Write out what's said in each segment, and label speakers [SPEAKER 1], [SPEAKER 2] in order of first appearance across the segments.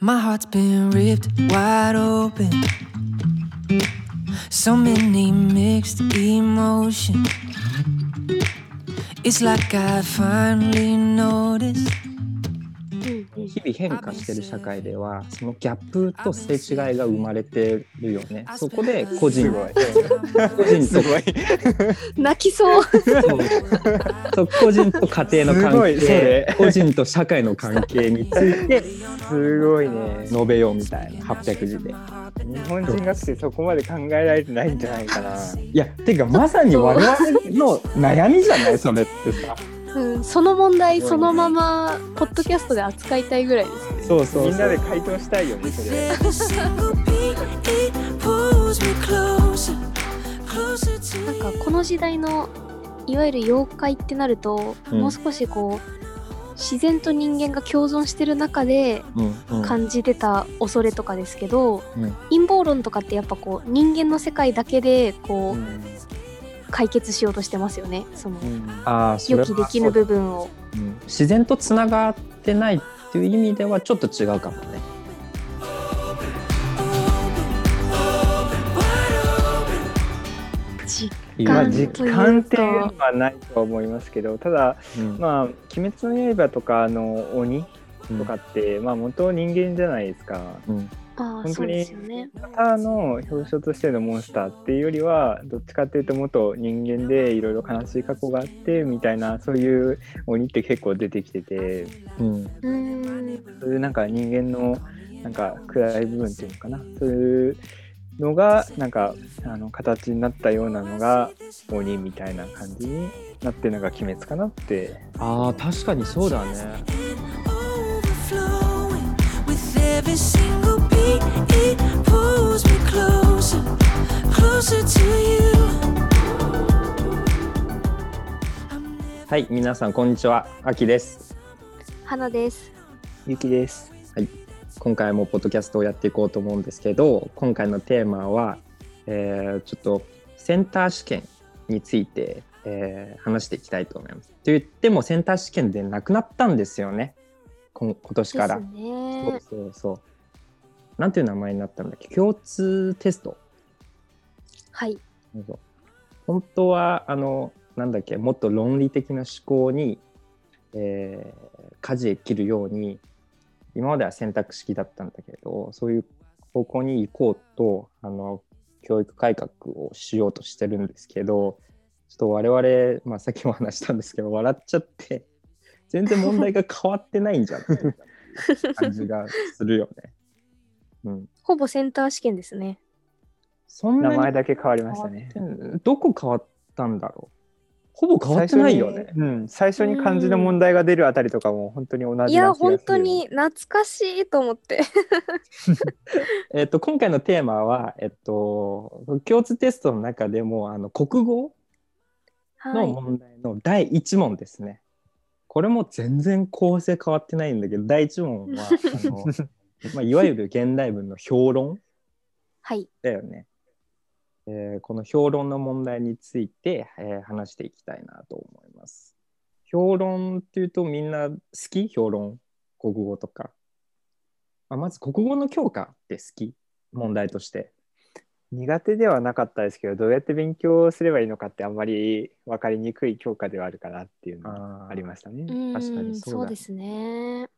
[SPEAKER 1] My heart's been ripped wide open. So many mixed emotions. It's like I finally noticed.
[SPEAKER 2] 日々変化してる社会ではそのギャップとすれ違いが生まれてるよねそこで個人
[SPEAKER 3] すごい
[SPEAKER 2] 個人と
[SPEAKER 3] すごい。
[SPEAKER 4] 泣きそう。
[SPEAKER 2] そう個人と家庭の
[SPEAKER 3] すご
[SPEAKER 2] 関
[SPEAKER 3] い
[SPEAKER 2] 係
[SPEAKER 3] それ
[SPEAKER 2] 個人と社会の関係について
[SPEAKER 3] すごいね。
[SPEAKER 2] 述べようみたいな800字で。
[SPEAKER 3] 日本人学生そこまで考えられてないんじゃないかな。
[SPEAKER 1] い
[SPEAKER 3] いや、てかまさに我々の悩みじゃないそれってさ。
[SPEAKER 4] うん、その問題そのままポッドキャストで扱いたいぐらいですね。
[SPEAKER 2] そうそうそう
[SPEAKER 3] みんなで回答したいよね、それ。
[SPEAKER 4] なんかこの時代のいわゆる妖怪ってなると、
[SPEAKER 2] うん
[SPEAKER 4] もう少しこう自然と人間が共存してる中で
[SPEAKER 2] うんうん
[SPEAKER 4] 感じてた恐れとかですけど、
[SPEAKER 2] うん
[SPEAKER 4] 陰謀論とかってやっぱこう人間の世界だけでこう、
[SPEAKER 3] うん
[SPEAKER 4] 解決しようとしてますよね。その
[SPEAKER 2] あーそれ
[SPEAKER 4] 予
[SPEAKER 2] は
[SPEAKER 4] 期できぬ部分を。
[SPEAKER 2] うん自然とつながってないっていう意味ではちょっと違うかもね。
[SPEAKER 4] じ
[SPEAKER 3] まあ、
[SPEAKER 4] 時
[SPEAKER 3] 実
[SPEAKER 4] 間
[SPEAKER 3] 感っていうのはないとは思いますけど、ただ、
[SPEAKER 2] うん
[SPEAKER 3] まあ、鬼滅の刃とかあの鬼とかって、まあ、元人間じゃないですか。
[SPEAKER 2] うん
[SPEAKER 4] ああ
[SPEAKER 3] 本
[SPEAKER 4] そ
[SPEAKER 3] 当
[SPEAKER 4] うで
[SPEAKER 3] に
[SPEAKER 4] すよね。
[SPEAKER 3] 方の表彰としてのモンスターっていうよりはどっちかっていうと元人間でいろいろ悲しい過去があってみたいなそういう鬼って結構出てきてて
[SPEAKER 2] うん
[SPEAKER 4] うーん
[SPEAKER 3] そういうなんか人間のなんか暗い部分っていうのかなそういうのがなんかあの形になったようなのが鬼みたいな感じになってるのが鬼滅かなって
[SPEAKER 2] ああ確かにそうだね。
[SPEAKER 1] Overflowing with every single beat, it pulls me closer, closer to you.
[SPEAKER 2] はい皆さんこんにちはあきです。
[SPEAKER 4] 花です。
[SPEAKER 3] ゆきです。
[SPEAKER 2] 今回もポッドキャストをやっていこうと思うんですけど今回のテーマは、えーちょっとセンター試験について、えー話していきたいと思います。と言ってもセンター試験でなくなったんですよねこん今年
[SPEAKER 4] で
[SPEAKER 2] か
[SPEAKER 4] す
[SPEAKER 2] ら。そう
[SPEAKER 4] ね。
[SPEAKER 2] そうそう。なんていう名前になったんだっけ共通テスト。
[SPEAKER 4] はい。
[SPEAKER 2] なんか本当はあのなんだっけもっと論理的な思考に、えー、舵切るように今までは選択式だったんだけどそういう方向に行こうとあの教育改革をしようとしてるんですけどちょっと我々、まあ、さっきも話したんですけど笑っちゃって全然問題が変わってないんじゃないかな感じがするよね。うん、
[SPEAKER 4] ほぼセンター試験ですね。
[SPEAKER 2] そんな
[SPEAKER 3] 名
[SPEAKER 2] に
[SPEAKER 3] 前だけ変わりまし
[SPEAKER 2] 変
[SPEAKER 3] た
[SPEAKER 2] わ
[SPEAKER 3] ね
[SPEAKER 2] っ。てんどこ変わったんだろうほぼ変わってないよね
[SPEAKER 3] 最初。にうん、最初に漢字の問題が出るあたりとかも本当に同じな気が
[SPEAKER 4] い
[SPEAKER 3] するよ
[SPEAKER 4] や
[SPEAKER 3] ね
[SPEAKER 4] 本当に懐かしいと思って。
[SPEAKER 2] えっと、今回のテーマは、えっと、共通テストの中でもあの国語
[SPEAKER 4] は
[SPEAKER 2] の
[SPEAKER 4] い。
[SPEAKER 2] 問題の第1問ですね。これも全然構成変わってないんだけど第1問はあ の、まあ、いわゆる現代文の評論
[SPEAKER 4] はい。
[SPEAKER 2] だよね。えーこの評論の問題について、えー話していきたいなと思います。評論っていうとみんな好き評論国語とか。あまず国語の教科って好き問題として。
[SPEAKER 3] 苦手ではなかったですけどどうやって勉強すればいいのかってあんまり分かりにくい教科ではあるかなっていうのが
[SPEAKER 2] あ
[SPEAKER 3] ありましたね。
[SPEAKER 4] うん
[SPEAKER 2] 確かにそうだ
[SPEAKER 4] そうですね。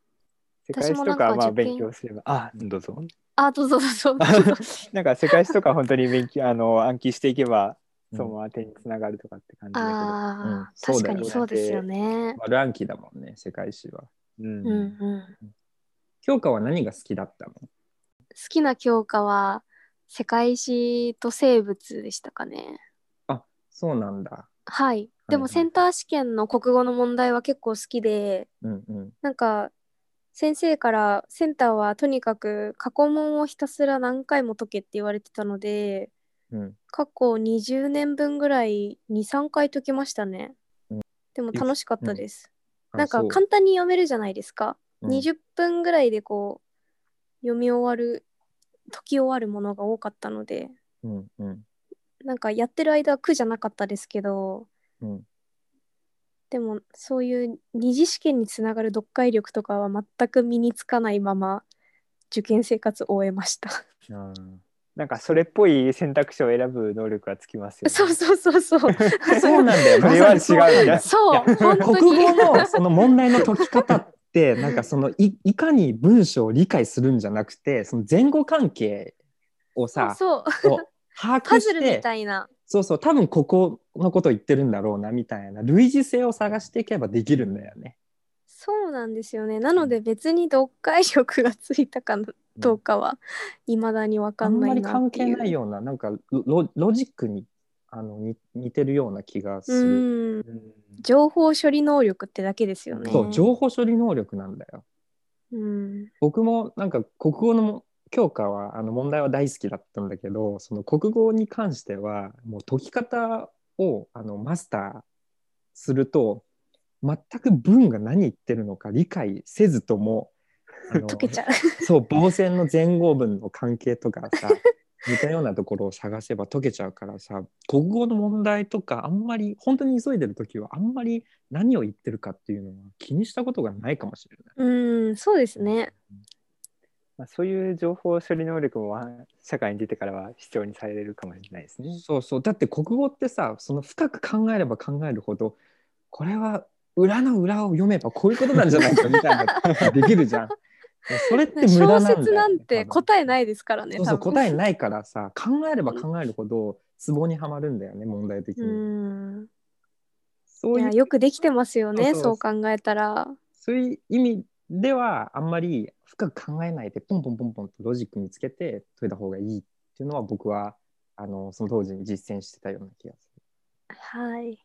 [SPEAKER 3] 世界史と
[SPEAKER 4] 私もな
[SPEAKER 3] か
[SPEAKER 4] んか
[SPEAKER 3] まあ
[SPEAKER 4] 受験
[SPEAKER 3] 勉強すればあどうぞ
[SPEAKER 4] あどうぞどうぞ。
[SPEAKER 3] なんか世界史とか本当に勉強あの暗記していけば
[SPEAKER 2] うん
[SPEAKER 3] その当てにつながるとかって感じ だ
[SPEAKER 4] ああ、
[SPEAKER 2] うん
[SPEAKER 4] 確かに
[SPEAKER 3] そ
[SPEAKER 4] そうう
[SPEAKER 3] だよ
[SPEAKER 4] ですよね。
[SPEAKER 2] まあ、ランキーだもんね、世界史は。
[SPEAKER 3] けど、うん
[SPEAKER 4] うんうん。
[SPEAKER 2] 教科は何が好きだったの
[SPEAKER 4] 好きな教科は世界史と生物でしたかね。
[SPEAKER 2] そうなんだ。
[SPEAKER 4] はい。で
[SPEAKER 2] はいは
[SPEAKER 4] も
[SPEAKER 2] い
[SPEAKER 4] センター試験の国語の問題は結構好きで、
[SPEAKER 2] うんうん。
[SPEAKER 4] なんか先生からセンターはとにかく過去問をひたすら何回も解けって言われてたので、
[SPEAKER 2] うん、
[SPEAKER 4] 過去20年分ぐらい23回解きましたね、
[SPEAKER 2] うん
[SPEAKER 4] でも楽しかったです、
[SPEAKER 2] あ
[SPEAKER 4] なんか
[SPEAKER 2] そう
[SPEAKER 4] 簡単に読めるじゃないですか、
[SPEAKER 2] うん
[SPEAKER 4] 20分ぐらいでこう読み終わる解き終わるものが多かったので
[SPEAKER 2] うんうん
[SPEAKER 4] なんかやってる間は苦じゃなかったですけど
[SPEAKER 2] うん
[SPEAKER 4] でもそういう二次試験につながる読解力とかは全く身につかないまま受験生活を終えま した。
[SPEAKER 3] うんなんかそれっぽい選択肢を選ぶ能力がつきますよね。
[SPEAKER 4] そうそうそうそう。
[SPEAKER 2] そうなんだよ。
[SPEAKER 3] それは違うよね
[SPEAKER 2] まさにそうなんだよ
[SPEAKER 4] そう、本当
[SPEAKER 2] 国
[SPEAKER 4] に。
[SPEAKER 2] 語のその問題の解き方ってなんかそのいいかに文章を理解するんじゃなくてその前後関係をさ
[SPEAKER 4] そう、
[SPEAKER 2] こう把
[SPEAKER 4] パ
[SPEAKER 2] 握
[SPEAKER 4] ズ
[SPEAKER 2] し
[SPEAKER 4] ルみ
[SPEAKER 2] て
[SPEAKER 4] たいな。
[SPEAKER 2] そうそう多分ここのこと言ってるんだろうなみたいな類似性を探していけばできるんだよね。
[SPEAKER 4] そうなんですよね。なので別に読解力がついたかどうかは未だにわか
[SPEAKER 2] あん
[SPEAKER 4] んな
[SPEAKER 2] ま
[SPEAKER 4] い
[SPEAKER 2] り
[SPEAKER 4] なっ
[SPEAKER 2] 関
[SPEAKER 4] ていう。
[SPEAKER 2] 係ないようななんかロロジックにあのに似てるような気がする。
[SPEAKER 4] うん。情報処理能力ってだけですよね。
[SPEAKER 2] そう情報処理能力なんだよ。
[SPEAKER 4] うん。
[SPEAKER 2] 僕もなんか国語の教科はあの問題は大好きだったんだけどその国語に関してはもう解き方をあのマスターすると全く文が何言ってるのか理解せずともあの
[SPEAKER 4] 解けちゃう。
[SPEAKER 2] そう傍線の前後文の関係とか さ似たようなところを探せば解けちゃうからさ国語の問題とかあんまり本当に急いでる時はあんまり何を言ってるかっていうのは気にしたことがないかもしれない。
[SPEAKER 4] うん、そうですね。
[SPEAKER 3] まあ、そういう情報処理能力もわ社会に出てからは必要にされるかもしれないですね。
[SPEAKER 2] そうそうだって国語ってさその深く考えれば考えるほどこれは裏の裏を読めばこういうことなんじゃないかみた いなできるじゃん。それって無駄な
[SPEAKER 4] 小
[SPEAKER 2] んだよ、
[SPEAKER 4] 説なんて
[SPEAKER 2] 多分
[SPEAKER 4] 答えないですからね。
[SPEAKER 2] そうそ
[SPEAKER 4] 多
[SPEAKER 2] う
[SPEAKER 4] 分
[SPEAKER 2] 答えないからさ考えれば考えるほどツボにはまるんだよね問題的に。
[SPEAKER 4] うん。い
[SPEAKER 2] そ
[SPEAKER 4] う
[SPEAKER 2] い
[SPEAKER 4] や
[SPEAKER 2] う
[SPEAKER 4] よくできてますよね。
[SPEAKER 2] そうそ
[SPEAKER 4] そうう考えたら。
[SPEAKER 2] そういう意味ではあんまり深く考えないでポンポンポンポンとロジック見つけて解いた方がいいっていうのは僕はあのその当時に実践してたような気がする。
[SPEAKER 4] はい。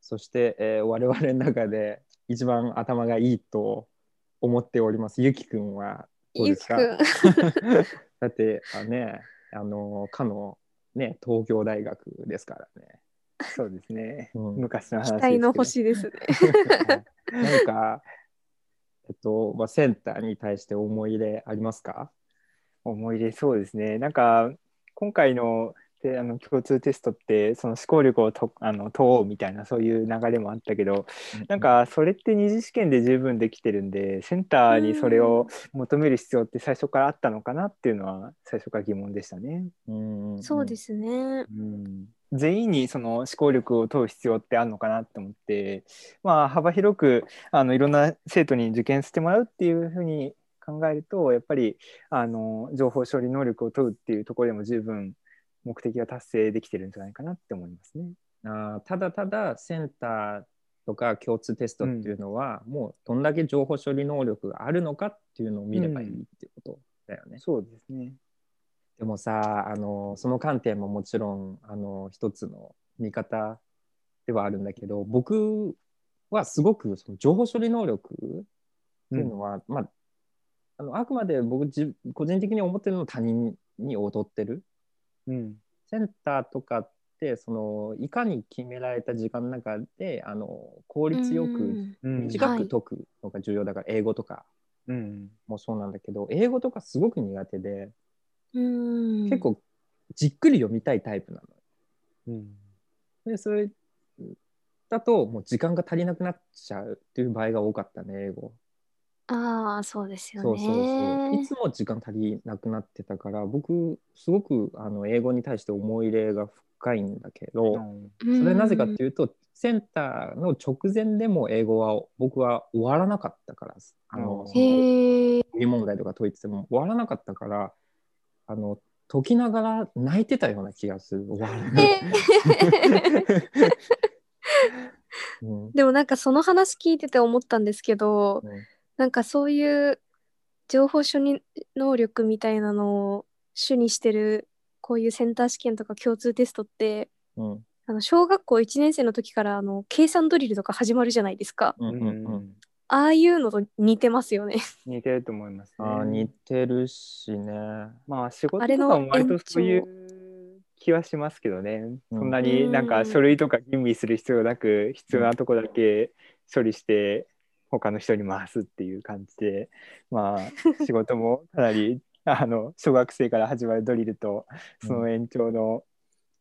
[SPEAKER 2] そして、えー我々の中で一番頭がいいと思っておりますゆきくんはどう
[SPEAKER 4] ゆ
[SPEAKER 2] で
[SPEAKER 4] き
[SPEAKER 2] す
[SPEAKER 4] く
[SPEAKER 2] か
[SPEAKER 4] ん。
[SPEAKER 2] だってあねあのかのね東京大学ですからね。
[SPEAKER 3] そうですね。
[SPEAKER 2] うん
[SPEAKER 3] 昔の話
[SPEAKER 4] 期
[SPEAKER 3] です
[SPEAKER 4] 待の
[SPEAKER 3] け
[SPEAKER 4] 星ですね。
[SPEAKER 2] はいなんかえっと、まあ、センターに対して思い入れありますか
[SPEAKER 3] ど思い出そうですね。なんか今回のであの共通テストってその思考力をとあの問おうみたいなそういう流れもあったけどなんかそれって二次試験で十分できてるんでセンターにそれを求める必要って最初からあったのかなっていうのは最初から疑問でしたね。
[SPEAKER 2] うん、
[SPEAKER 4] そうですすね。
[SPEAKER 3] うん全員にその思考力を問う必要ってあるのかなって思って、まあ、幅広くあのいろんな生徒に受験してもらうっていうふうに考えるとやっぱりあの情報処理能力を問うっていうところでも十分目的が達成できてるんじゃないかなって思いますね。
[SPEAKER 2] あーただただセンターとか共通テストっていうのは、もうどんだけ情報処理能力があるのかっていうのを見ればいいってことだよね。
[SPEAKER 3] そうですね。
[SPEAKER 2] でもさあのその観点ももちろんあの一つの見方ではあるんだけど僕はすごくその情報処理能力っていうのは、まあ、あのあくまで僕自個人的に思ってるのは他人に劣ってる
[SPEAKER 3] うん。
[SPEAKER 2] センターとかってそのいかに決められた時間の中であの効率よ
[SPEAKER 4] う
[SPEAKER 2] く
[SPEAKER 4] ん
[SPEAKER 3] うん。
[SPEAKER 2] 短
[SPEAKER 4] は
[SPEAKER 2] く
[SPEAKER 4] い
[SPEAKER 2] 解くのが重要だから、英語とか
[SPEAKER 3] うん。
[SPEAKER 2] もそうなんだけど英語とかすごく苦手で
[SPEAKER 4] うん
[SPEAKER 2] 結構じっくり読みたいタイプなの。
[SPEAKER 3] うん。
[SPEAKER 2] でそれだともう時間が足りなくなっちゃうっていう場合が多かったね英語。
[SPEAKER 4] ああそうですよね。
[SPEAKER 2] そうそうそういつも時間足りなくなってたから僕すごくあの英語に対して思い入れが深いんだけど、
[SPEAKER 4] うん
[SPEAKER 2] それはなぜかっていうとセンターの直前でも英語は僕は終わらなかったからあの
[SPEAKER 3] うん
[SPEAKER 2] その
[SPEAKER 4] へえ。
[SPEAKER 2] 模擬問題とか解いてても終わらなかったからあの解きながら泣いてたような気がする終わらない。うん
[SPEAKER 4] でもなんかその話聞いてて思ったんですけど、
[SPEAKER 2] うん
[SPEAKER 4] なんかそういう情報処理能力みたいなのを主にしてるこういうセンター試験とか共通テストって
[SPEAKER 2] うん
[SPEAKER 4] あの小学校1年生の時からあの計算ドリルとか始まるじゃないですか
[SPEAKER 2] うんうんうん
[SPEAKER 4] ああいうのと似てますよね
[SPEAKER 3] 似てると思いますね。
[SPEAKER 2] あー似てるしね。
[SPEAKER 3] まあ仕事
[SPEAKER 4] あ
[SPEAKER 3] と
[SPEAKER 4] れ
[SPEAKER 3] か
[SPEAKER 4] の
[SPEAKER 3] も割と
[SPEAKER 4] 延長
[SPEAKER 3] そういう気はしますけどね、
[SPEAKER 2] うん
[SPEAKER 3] そんなになん
[SPEAKER 4] う
[SPEAKER 3] か
[SPEAKER 4] ん
[SPEAKER 3] 書類とか吟味する必要なく必要なとこだけ処理して他の人に回すっていう感じで まあ仕事もかなりあの小学生から始まるドリルとその延長の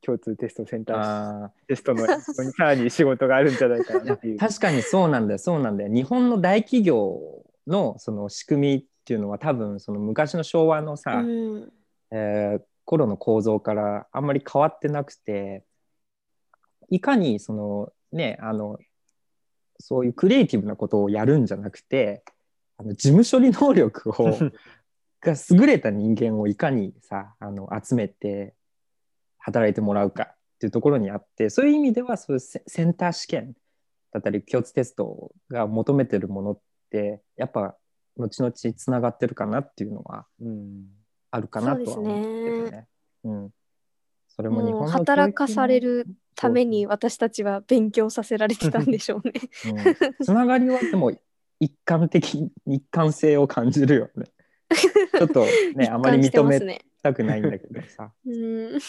[SPEAKER 3] 共通テストセンター
[SPEAKER 2] あー
[SPEAKER 3] テストの延長にさらに仕事があるんじゃないかなっていう。
[SPEAKER 2] 確かにそうなんだよそうなんだよ日本の大企業のその仕組みっていうのは多分その昔の昭和のさ、
[SPEAKER 4] うん
[SPEAKER 2] えー頃の構造からあんまり変わってなくていかにそのねあのそういうクリエイティブなことをやるんじゃなくてあの事務処理能力をが優れた人間をいかにさあの集めて働いてもらうかっていうところにあってそういう意味ではそういうセセンター試験だったり共通テストが求めてるものってやっぱ後々つながってるかなっていうのは
[SPEAKER 3] うん
[SPEAKER 2] あるかなとは思ってるね。うん。それも日本
[SPEAKER 4] もう
[SPEAKER 2] の
[SPEAKER 4] 働かされるため
[SPEAKER 2] 教
[SPEAKER 4] に私たちは勉強させられてたんでしょうね。
[SPEAKER 2] 育の、うんつながりはでも一貫的一貫性を感じるよね。ちょっと ねあまり
[SPEAKER 4] 一貫して
[SPEAKER 2] 認
[SPEAKER 4] ま
[SPEAKER 2] め
[SPEAKER 4] すね。
[SPEAKER 2] たくないんだけどさ。
[SPEAKER 4] うん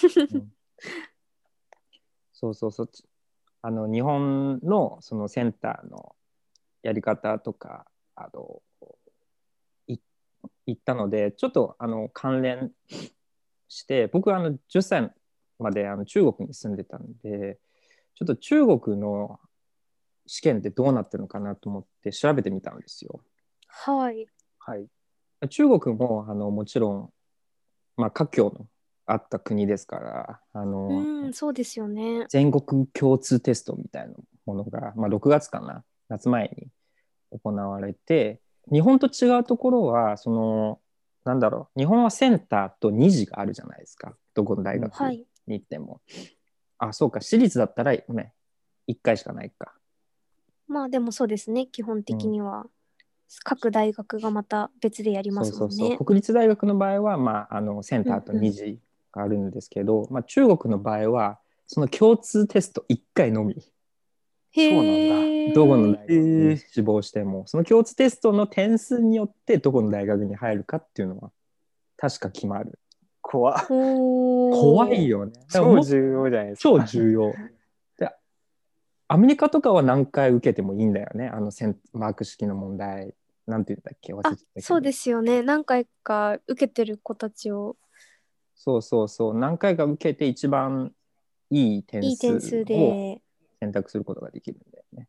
[SPEAKER 2] そうそうそう。あの日本のそのセンターのやり方とかあのい行ったのでちょっとあの関連して僕はあの10歳まであの中国に住んでたんでちょっと中国の試験ってどうなってるのかなと思って調べてみたんですよ。
[SPEAKER 4] はい。
[SPEAKER 3] はい。
[SPEAKER 2] 中国もあのもちろん、まあ、華僑のあった国ですからあの、
[SPEAKER 4] うん、そうですよね。
[SPEAKER 2] 全国共通テストみたいなものが、まあ、6月かな夏前に行われて日本と違うところはそのなんだろう日本はセンターと2次があるじゃないですかどこの大学
[SPEAKER 4] は
[SPEAKER 2] に
[SPEAKER 4] い。
[SPEAKER 2] 行っても、あそうか私立だったらね1回しかないか
[SPEAKER 4] まあでもそうですね、基本的には。各大学がまた別でやりますもん
[SPEAKER 2] そうそう
[SPEAKER 4] ね
[SPEAKER 2] そ。う国立大学の場合は、まあ、あのセンターと
[SPEAKER 4] うんうん
[SPEAKER 2] 2次があるんですけど、まあ、中国の場合はその共通テスト1回のみ。
[SPEAKER 4] へえ。
[SPEAKER 2] どこの大学に志望しても、その共通テストの点数によってどこの大学に入るかっていうのは確か決まる。
[SPEAKER 3] 怖っ
[SPEAKER 4] おー
[SPEAKER 2] 怖い。よね。だからもっ
[SPEAKER 3] 超
[SPEAKER 2] と
[SPEAKER 3] 重要じゃないですか。
[SPEAKER 2] 超重要。でアメリカとかは何回受けてもいいんだよね。あのセンマーク式の問題。なんて言うんだっけ忘れちゃ
[SPEAKER 4] あ
[SPEAKER 2] ったけど
[SPEAKER 4] そうですよね。何回か受けてる子たちを。
[SPEAKER 2] そうそうそう。何回か受けて一番いい点
[SPEAKER 4] いい点
[SPEAKER 2] 数
[SPEAKER 4] 数
[SPEAKER 2] を
[SPEAKER 4] で。
[SPEAKER 2] 選択することができるんだよね。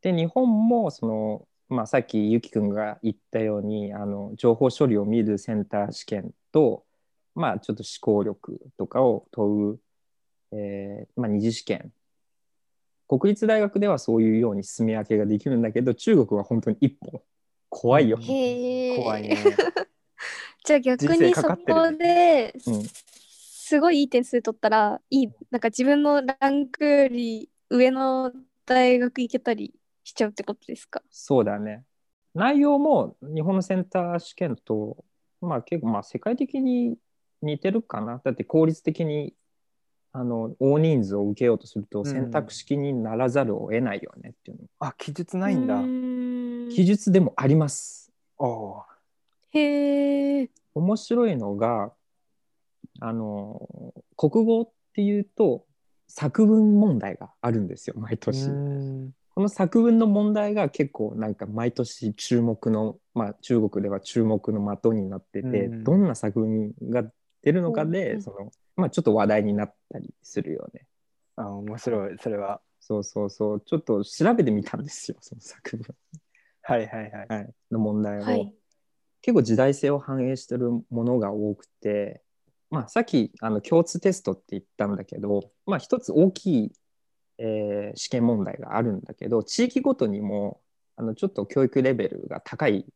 [SPEAKER 2] で日本もその、まあ、さっきゆきくんが言ったようにあの情報処理を見るセンター試験と、まあ、ちょっと思考力とかを問う、えーまあ、二次試験国立大学ではそういうように進み分けができるんだけど中国は本当に一本怖いよ。
[SPEAKER 4] へえ。
[SPEAKER 3] 怖いね。
[SPEAKER 4] じゃあ逆
[SPEAKER 3] 人生
[SPEAKER 4] に
[SPEAKER 3] か
[SPEAKER 4] そ
[SPEAKER 3] かってる
[SPEAKER 4] こで
[SPEAKER 2] うん
[SPEAKER 4] すごいいい点数取ったらいいなんか自分のランクより上の大学行けたりしちゃうってことですか
[SPEAKER 2] そうだね。内容も日本のセンター試験と、まあ、結構まあ世界的に似てるかな。だって効率的にあの大人数を受けようとすると
[SPEAKER 3] ん
[SPEAKER 2] 選択式にならざるを得ないよねっていうの、
[SPEAKER 3] あ、記述ないんだ
[SPEAKER 4] う。ーん
[SPEAKER 2] 記述でもあります。
[SPEAKER 3] おおー。
[SPEAKER 4] へえ
[SPEAKER 2] 面白いのがあの国語っていうと作文問題があるんですよ毎年。
[SPEAKER 3] うん
[SPEAKER 2] この作文の問題が結構なんか毎年注目の、まあ、中国では注目の的になってて、
[SPEAKER 3] うん
[SPEAKER 2] どんな作文が出るのかで、
[SPEAKER 4] うん
[SPEAKER 2] そのまあ、ちょっと話題になったりするよね。
[SPEAKER 3] あ、面白い。それは。
[SPEAKER 2] そうそうそうちょっと調べてみたんですよその作文、
[SPEAKER 3] はいはいは
[SPEAKER 2] は
[SPEAKER 3] い。
[SPEAKER 2] い、の問題を、
[SPEAKER 4] はい
[SPEAKER 2] 結構時代性を反映してるものが多くて、まあ、さっきあの共通テストって言ったんだけど、まあ、一つ大きい、えー試験問題があるんだけど地域ごとにもあのちょっと教育レベルが高い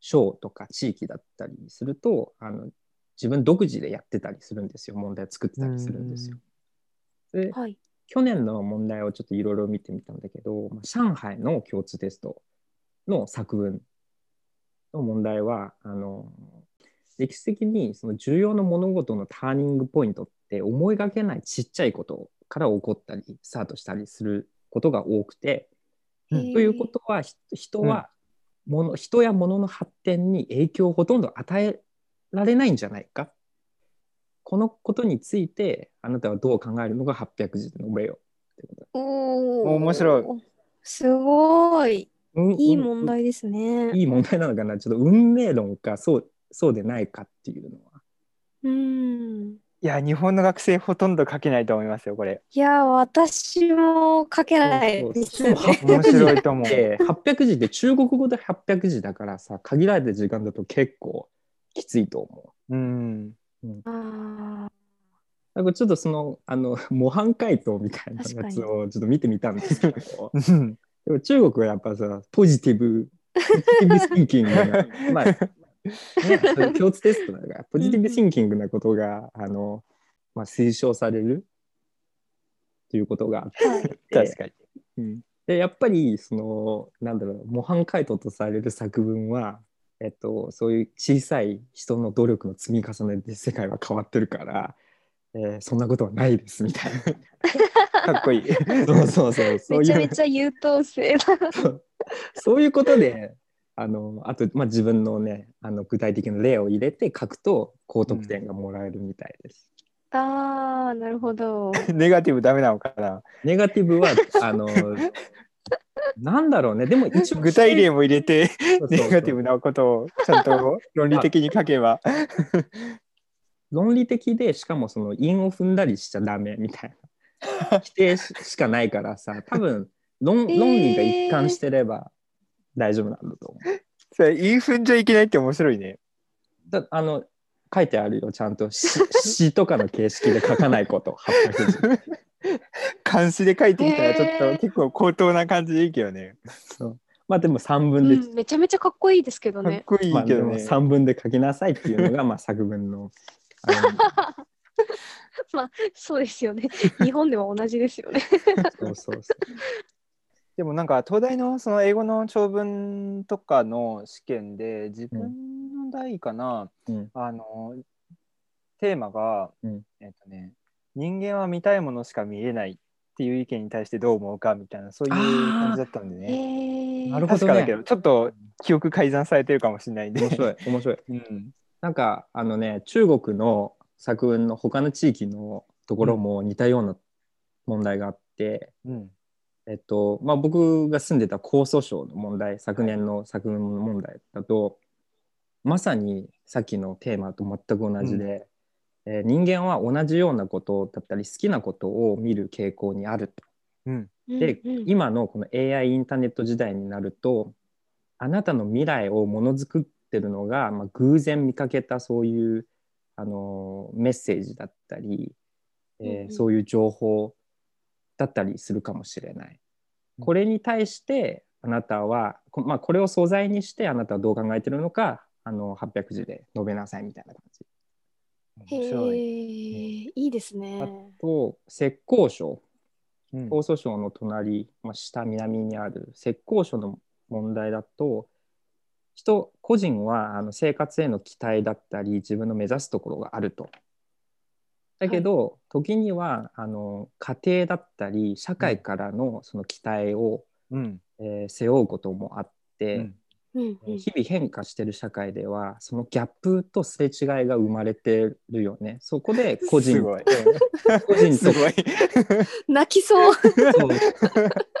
[SPEAKER 2] 省とか地域だったりするとあの自分独自でやってたりするんですよ問題作ってたりするんですよ。で
[SPEAKER 4] はい
[SPEAKER 2] 去年の問題をちょっといろいろ見てみたんだけど、まあ、上海の共通テストの作文の問題はあの歴史的にその重要な物事のターニングポイントって思いがけないちっちゃいことから起こったりスタートしたりすることが多くて、
[SPEAKER 4] へー
[SPEAKER 2] ということはひ人は、もの人や物の発展に影響をほとんど与えられないんじゃないかこのことについてあなたはどう考えるのが800字で述べようってこと
[SPEAKER 4] おー
[SPEAKER 3] 面白い
[SPEAKER 4] すごい
[SPEAKER 2] うん
[SPEAKER 4] いい問題ですね
[SPEAKER 2] いい問題なの かなちょっと運命論かそうそうでないかっていうのは
[SPEAKER 4] うん
[SPEAKER 3] いや、日本の学生ほとんど書けないと思いますよ、これ。
[SPEAKER 4] いやー、私も書けない
[SPEAKER 2] そう
[SPEAKER 4] です
[SPEAKER 2] そう
[SPEAKER 4] ね。
[SPEAKER 2] そう
[SPEAKER 3] 面白いと思う。
[SPEAKER 2] で800字って中国語で800字だからさ限られた時間だと結構きついと思
[SPEAKER 3] うん。
[SPEAKER 4] あ
[SPEAKER 2] う。なんかちょっとそのあの模範解答みたいなやつをちょっと見てみたんですけ ど
[SPEAKER 3] うん
[SPEAKER 2] でも中国はやっぱさポジティブポジティブスピーキングなま あ、ね、それ共通テストだからポジティブシンキングなことがあの、まあ、推奨されるということがあって
[SPEAKER 4] ーはい
[SPEAKER 3] 確かに。
[SPEAKER 2] でやっぱりそのなんだろう模範解答とされる作文は、えっと、そういう小さい人の努力の積み重ねで世界は変わってるから、えーそんなことはないですみたい
[SPEAKER 3] かっこ いい。
[SPEAKER 2] なそうそうそうそう
[SPEAKER 4] めちゃ
[SPEAKER 2] い
[SPEAKER 4] め
[SPEAKER 2] う
[SPEAKER 4] ちゃ優等生だ。
[SPEAKER 2] そういうことであのあと、まあ、自分のねあの具体的な例を入れて書くと高得点がもらえるみたいです。
[SPEAKER 4] ああ、なるほど。
[SPEAKER 3] ネガティブダメなのかな。
[SPEAKER 2] ネガティブ はあのなんだろうねでも一応
[SPEAKER 3] 具体例も入れて、
[SPEAKER 2] そうそうそう
[SPEAKER 3] ネガティブなことをちゃんと論理的に書けば。
[SPEAKER 2] 論理的でしかもその韻を踏んだりしちゃダメみたいな否定ししかないからさ多分論論
[SPEAKER 4] えー
[SPEAKER 2] 理が一貫してれば大丈夫なんだと思う。
[SPEAKER 3] それ言い踏んじゃいけないって面白いね。
[SPEAKER 2] だあの書いてあるよちゃんと詩詩とかの形式で書かないこと800字
[SPEAKER 3] 監視で書いてきたらちょっ
[SPEAKER 4] へ
[SPEAKER 3] と
[SPEAKER 4] ー
[SPEAKER 3] 結構高等な感じでいいけどね。
[SPEAKER 2] そうまあでも3分
[SPEAKER 4] う
[SPEAKER 2] で、
[SPEAKER 4] ん、めちゃめちゃかっこいいですけど
[SPEAKER 3] かっ
[SPEAKER 4] ね。
[SPEAKER 3] こい
[SPEAKER 2] まあ
[SPEAKER 3] いけ
[SPEAKER 2] で
[SPEAKER 3] ど
[SPEAKER 2] も
[SPEAKER 3] ね。
[SPEAKER 2] 3分で書きなさいっていう のがまあ作文のあの
[SPEAKER 4] そうです よね。日本では同じですよね。
[SPEAKER 2] そうそうそう
[SPEAKER 3] でもなんか東大のその英語の長文とかの試験で自分の代かな、
[SPEAKER 2] うん
[SPEAKER 3] あのテーマが、
[SPEAKER 2] うん
[SPEAKER 3] えっとね「人間は見たいものしか見えない」っていう意見に対してどう思うかみたいなそういう感じだったんでね。
[SPEAKER 4] え
[SPEAKER 2] なるほど
[SPEAKER 3] 確かだけ
[SPEAKER 2] ね
[SPEAKER 3] どちょっと記憶改ざんされてるかもしれないんで
[SPEAKER 2] 面白い面白い。
[SPEAKER 3] うん
[SPEAKER 2] なんかあのね中国の作文の他の地域のところも似たような問題があって、
[SPEAKER 3] うん
[SPEAKER 2] えっとまあ、僕が住んでた江蘇省の問題昨年の作文問題だとまさにさっきのテーマと全く同じで、えー人間は同じようなことだったり好きなことを見る傾向にあると。
[SPEAKER 3] うん
[SPEAKER 2] で、
[SPEAKER 4] うんうん
[SPEAKER 2] 今のこの AI インターネット時代になるとあなたの未来をものづくってるのが、まあ、偶然見かけたそういう、あのーメッセージだったり、えー
[SPEAKER 4] うんうん
[SPEAKER 2] そういう情報だったりするかもしれない。
[SPEAKER 3] うん
[SPEAKER 2] これに対してあなたはこ,、まあ、これを素材にしてあなたはどう考えてるのかあの800字で述べなさいみたいな感じ。
[SPEAKER 3] 面白
[SPEAKER 4] へえ、
[SPEAKER 3] い。
[SPEAKER 4] いいですね。
[SPEAKER 2] と浙江省
[SPEAKER 3] うん
[SPEAKER 2] 江蘇省の隣、まあ、下南にある浙江省の問題だと人個人はあの生活への期待だったり自分の目指すところがあると。だけど、時にはあの家庭だったり社会からのその期待を、
[SPEAKER 3] うん
[SPEAKER 2] えー背負うこともあっ
[SPEAKER 3] う
[SPEAKER 2] て
[SPEAKER 3] ん、
[SPEAKER 4] うんうん
[SPEAKER 2] 日々変化してる社会ではそのギャップとすれ違いが生まれてるよね。そこです
[SPEAKER 3] ご
[SPEAKER 2] 個
[SPEAKER 3] い
[SPEAKER 2] 人個
[SPEAKER 3] うん
[SPEAKER 2] 人と
[SPEAKER 3] すごい。
[SPEAKER 4] 泣きそう。
[SPEAKER 2] そう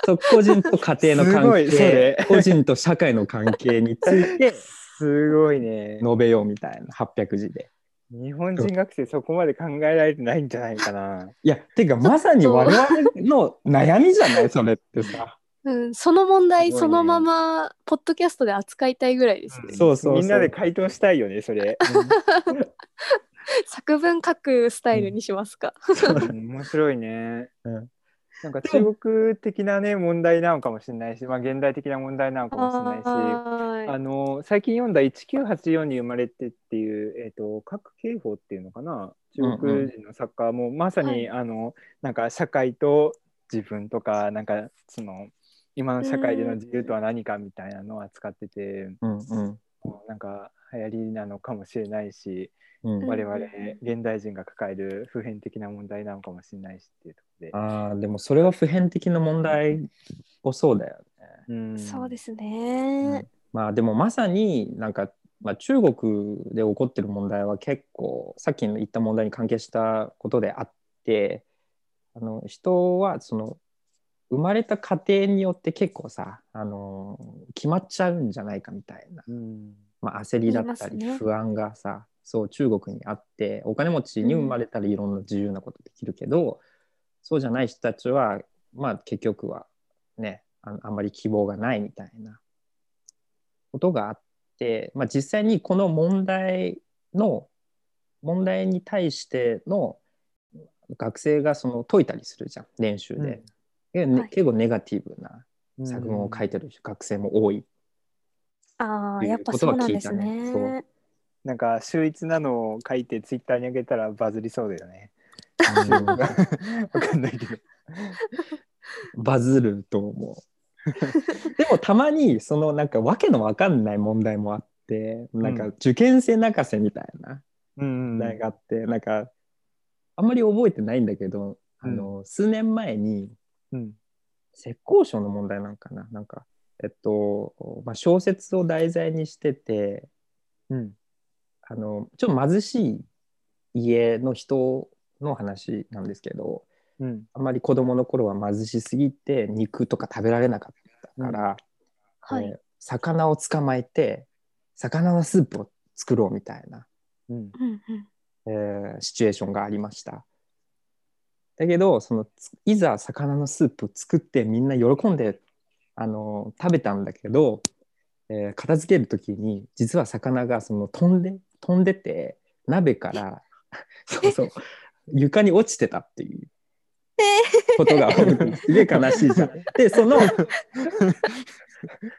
[SPEAKER 2] そう個人と家庭の
[SPEAKER 3] すご
[SPEAKER 2] 関
[SPEAKER 3] いそ
[SPEAKER 2] 係
[SPEAKER 3] れ
[SPEAKER 2] 個人と社会の関係につい て
[SPEAKER 3] すごいね。
[SPEAKER 2] 述べようみたいな800字で。
[SPEAKER 3] 日本人学生そこまで考えられてないんじゃないかな。
[SPEAKER 2] いやていうかまさに我々の悩みじゃないそれってさ。
[SPEAKER 4] うん、その問題
[SPEAKER 3] すご
[SPEAKER 4] そ
[SPEAKER 3] いね
[SPEAKER 4] のままポッドキャストで扱いたいぐらいですね。
[SPEAKER 2] そうそうそう
[SPEAKER 3] みんなで回答したいよね、それ。
[SPEAKER 4] 作文書くスタイルにしますか。
[SPEAKER 3] 面白いね。
[SPEAKER 2] うん
[SPEAKER 3] なんか中国的なね、問題なのかもしれないし、まあ、現代的な問題なのかもしれないし、あ
[SPEAKER 4] は
[SPEAKER 3] の最近読んだ1984に生まれてっていう、えっと核刑法っていうのかな、中国人の作家も、まさに、
[SPEAKER 4] はい
[SPEAKER 3] あのなんか社会と自分とか、なんかその今の社会での自由とは何かみたいなのを扱ってて。
[SPEAKER 2] うんうん
[SPEAKER 3] なんか流行りなのかもしれないし、
[SPEAKER 2] うん
[SPEAKER 3] 我々
[SPEAKER 4] うんうん
[SPEAKER 3] 現代人が抱える普遍的な問題なのかもしれないしっていうところで。
[SPEAKER 2] あーでもそれは普遍的な問題をそうだよね。
[SPEAKER 3] うん
[SPEAKER 4] い。そうです
[SPEAKER 2] うん
[SPEAKER 4] ね。
[SPEAKER 2] まあでもまさになんか、まあ、中国で起こってる問題は結構さっきの言った問題に関係したことであってあの人はその生まれた家庭によって結構さあの決まっちゃうんじゃないかみたいな、
[SPEAKER 3] うん
[SPEAKER 2] まあ、焦りだった
[SPEAKER 4] 言
[SPEAKER 2] り
[SPEAKER 4] いますね
[SPEAKER 2] 不安がさ、そう中国にあってお金持ちに生まれたらいろんな自由なことできるけど、そうじゃない人たちはまあ結局はねああんまり希望がないみたいなことがあって、まあ、実際にこの問題の問題に対しての学生がその解いたりするじゃん練習で、でね
[SPEAKER 4] はい
[SPEAKER 2] 結構ネガティブな
[SPEAKER 3] うん
[SPEAKER 2] 作文を書いてる学生も多い、
[SPEAKER 4] あ
[SPEAKER 2] っ
[SPEAKER 4] あ、
[SPEAKER 2] ていう
[SPEAKER 4] やっぱそうなんです
[SPEAKER 2] ことは聞いた
[SPEAKER 4] ね。
[SPEAKER 3] なんか秀逸なのを書いてツイッターに上げたらバズりそうだ よね。
[SPEAKER 2] うん
[SPEAKER 3] わかんないけど。
[SPEAKER 2] バズると思う。 でもたまにそのなんかわけのわかんない問題もあってなんか
[SPEAKER 3] うん
[SPEAKER 2] 受験生泣かせみたいな
[SPEAKER 3] う
[SPEAKER 2] 問
[SPEAKER 3] ん
[SPEAKER 2] 題があって、なんかあんまり覚えてないんだけど、あの数年前に
[SPEAKER 3] うん
[SPEAKER 2] 浙江省の問題なんかななんかえっと、まあ、小説を題材にしてて
[SPEAKER 3] うん
[SPEAKER 2] あのちょっと貧しい家の人の話なんですけど
[SPEAKER 3] うん
[SPEAKER 2] あんまり子供の頃は貧しすぎて肉とか食べられなかったから。
[SPEAKER 4] は
[SPEAKER 2] え
[SPEAKER 4] い
[SPEAKER 2] ー。魚を捕まえて魚のスープを作ろうみたいな、
[SPEAKER 3] うん
[SPEAKER 4] うんうん
[SPEAKER 2] えーシチュエーションがありましただけどそのついざ魚のスープを作ってみんな喜んであの食べたんだけど、えー片付ける時に実は魚がその飛んで飛んでて鍋から そうそう床に落ちてたっていうことが起きてすげえ悲しいじゃん。でその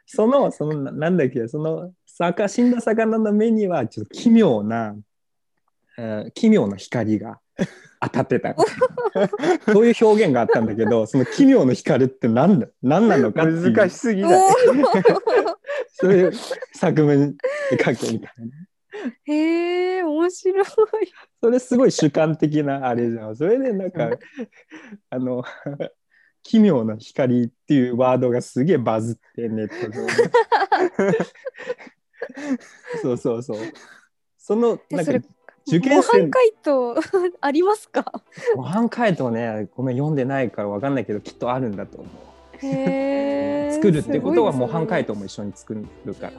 [SPEAKER 2] そのそのななんだっけその魚死んだ魚の目にはちょっと奇妙な、えー奇妙な光が当たって たそういう表現があったんだけどその奇妙の光って何だ何なのかっていう
[SPEAKER 3] 難しすぎ
[SPEAKER 4] お
[SPEAKER 3] ない。
[SPEAKER 4] ー
[SPEAKER 2] そういう作文で書くみたいな。
[SPEAKER 4] へえ、面白い。
[SPEAKER 2] それすごい主観的なあれじゃん。それでなんか、
[SPEAKER 3] う
[SPEAKER 2] あの奇妙な光っていうワードがすげえバズってネット上で。 そうそうそう。その
[SPEAKER 4] え
[SPEAKER 2] なん
[SPEAKER 4] そ
[SPEAKER 2] か
[SPEAKER 4] れ
[SPEAKER 2] 受
[SPEAKER 4] 模
[SPEAKER 2] 験生
[SPEAKER 4] 範解答ありますか
[SPEAKER 2] 模範解答ね、ごめん読んでないからわかんないけどきっとあるんだと思う。
[SPEAKER 4] へえ。
[SPEAKER 2] 作るってことは
[SPEAKER 4] すご
[SPEAKER 2] 模
[SPEAKER 4] いですね
[SPEAKER 2] 範解答も一緒に作るから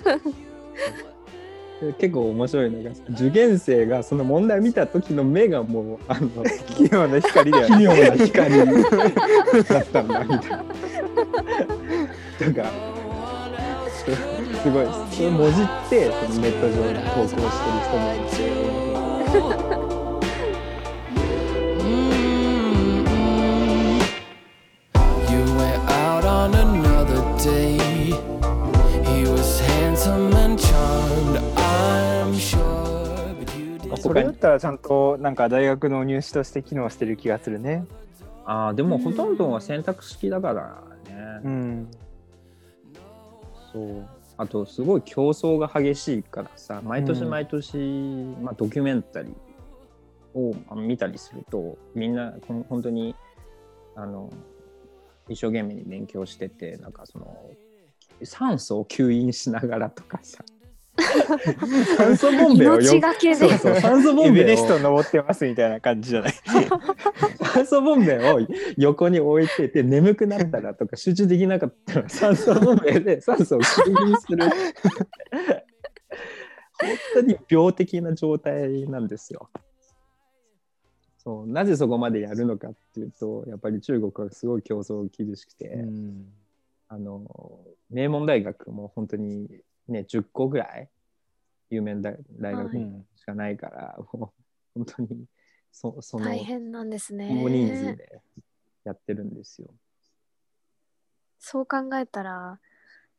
[SPEAKER 2] さ。 で結構面白いのが受験生がその問題見た時の目がもうあの
[SPEAKER 3] 奇妙な光だよ
[SPEAKER 2] 奇
[SPEAKER 3] ね。
[SPEAKER 2] 妙な光だったん だみたいな。なんかすごいですそれもじってそのネット上に投稿してる人もいるし
[SPEAKER 3] それだったらちゃんとなんか大学の入試として機能してる気がするね。
[SPEAKER 2] ああでもほとんどは選択式だから
[SPEAKER 3] う
[SPEAKER 2] ね、
[SPEAKER 3] ん。
[SPEAKER 2] そうあとすごい競争が激しいからさ毎年
[SPEAKER 3] うん
[SPEAKER 2] 毎年、まあ、ドキュメンタリーをまあ見たりするとみんなほん本当にあの一生懸命に勉強しててなんかその酸素を吸引しながらとか さ酸素ボンベをよ
[SPEAKER 4] 命がけ
[SPEAKER 2] そう
[SPEAKER 4] で。
[SPEAKER 2] そう酸素ボ
[SPEAKER 3] エ
[SPEAKER 2] ン
[SPEAKER 3] ベ
[SPEAKER 2] ベ
[SPEAKER 3] レス
[SPEAKER 2] を
[SPEAKER 3] ト登ってますみたいな感じじゃない。
[SPEAKER 2] 酸素ボンベを横に置いてて眠くなったらとか集中できなかった ら酸素ボンベで酸素を吸引する本当に病的な状態なんですよそうなぜそこまでやるのかっていうとやっぱり中国はすごい競争厳しくて、
[SPEAKER 3] うん。
[SPEAKER 2] あの名門大学も本当にね10個ぐらい有名大大学
[SPEAKER 3] うん
[SPEAKER 2] しかないから、もう本当にそその
[SPEAKER 4] 大変なんです
[SPEAKER 2] 大人数
[SPEAKER 4] ね。
[SPEAKER 2] でやってるんですよ。
[SPEAKER 4] そう考えたら、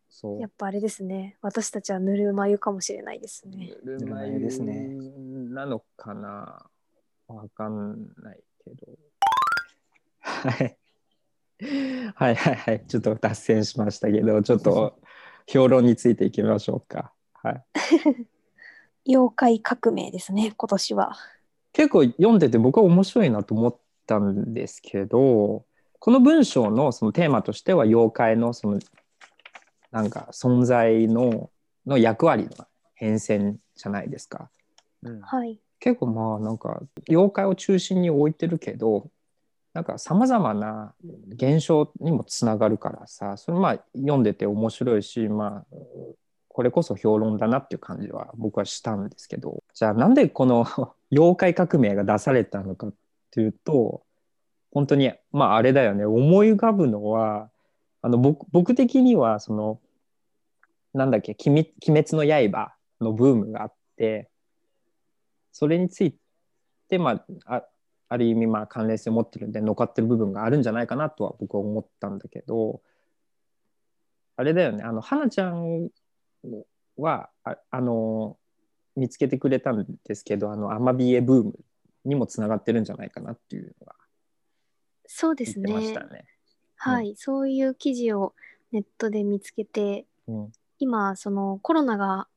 [SPEAKER 2] そう
[SPEAKER 4] やっぱあれですね。私たちはぬるま湯かもしれないですね。
[SPEAKER 2] ぬ
[SPEAKER 3] るま湯ですね
[SPEAKER 2] なのかなわかんないけど。はい。はいはいはい。ちょっと脱線しましたけど、ちょっと評論についていきましょうか。はい、
[SPEAKER 4] 妖怪革命ですね、今年は。
[SPEAKER 2] 結構読んでて僕は面白いなと思ったんですけど、この文章のそのテーマとしては妖怪のそのなんか存在のの役割の変遷じゃないですか。
[SPEAKER 3] うん
[SPEAKER 4] はい。
[SPEAKER 2] 結構まあなんか妖怪を中心に置いてるけどなんかさまざまな現象にもつながるからさそれまあ読んでて面白いしまあこれこそ評論だなっていう感じは僕はしたんですけどじゃあなんでこの 妖怪革命が出されたのかっていうと本当にまああれだよね思い浮かぶのはあの僕僕的にはそのなんだっけ「鬼滅鬼滅の刃」のブームがあってそれについてまああある意味まあ関連性を持ってるんで乗っかってる部分があるんじゃないかなとは僕は思ったんだけどあれだよねあの花ちゃんはああの見つけてくれたんですけどあのアマビエブームにもつながってるんじゃないかなっていうのが
[SPEAKER 4] そうで
[SPEAKER 2] 言っ
[SPEAKER 4] す
[SPEAKER 2] て
[SPEAKER 4] ね
[SPEAKER 2] ましたね。
[SPEAKER 4] はい、そういう記事をネットで見つけて
[SPEAKER 2] うん
[SPEAKER 4] 今そのコロナが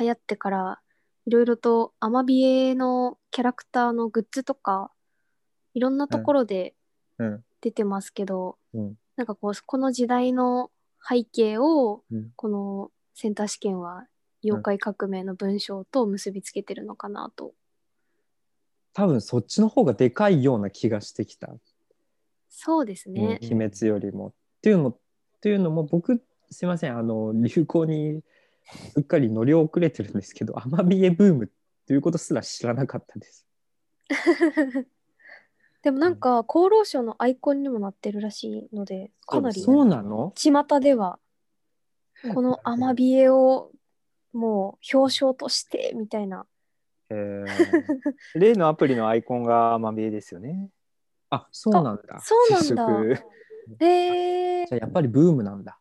[SPEAKER 4] 流行ってからいろいろとアマビエのキャラクターのグッズとかいろんなところで
[SPEAKER 2] うん
[SPEAKER 4] 出てますけど、
[SPEAKER 2] うん
[SPEAKER 4] なんかこうこの時代の背景を
[SPEAKER 2] うん
[SPEAKER 4] このセンター試験は妖怪革命の文章と結びつけてるのかなと、
[SPEAKER 2] 多分そっちの方がでかいような気がしてきた
[SPEAKER 4] そうですね、
[SPEAKER 2] うん鬼滅よりも。っていうのっていうのも僕すいませんあの流行にうっかり乗り遅れてるんですけどアマビエブームということすら知らなかったです。
[SPEAKER 4] でもなんか厚労省のアイコンにもなってるらしいのでかなり
[SPEAKER 3] ね
[SPEAKER 2] そうなの
[SPEAKER 4] 巷ではこのアマビエをもう表彰としてみたいな
[SPEAKER 2] えー、
[SPEAKER 3] 例のアプリのアイコンがアマビエですよね。
[SPEAKER 2] あそうなんだ。
[SPEAKER 4] そうな
[SPEAKER 3] 接
[SPEAKER 4] んだ
[SPEAKER 3] 触
[SPEAKER 4] へえ
[SPEAKER 2] じゃあやっぱりブームなんだ。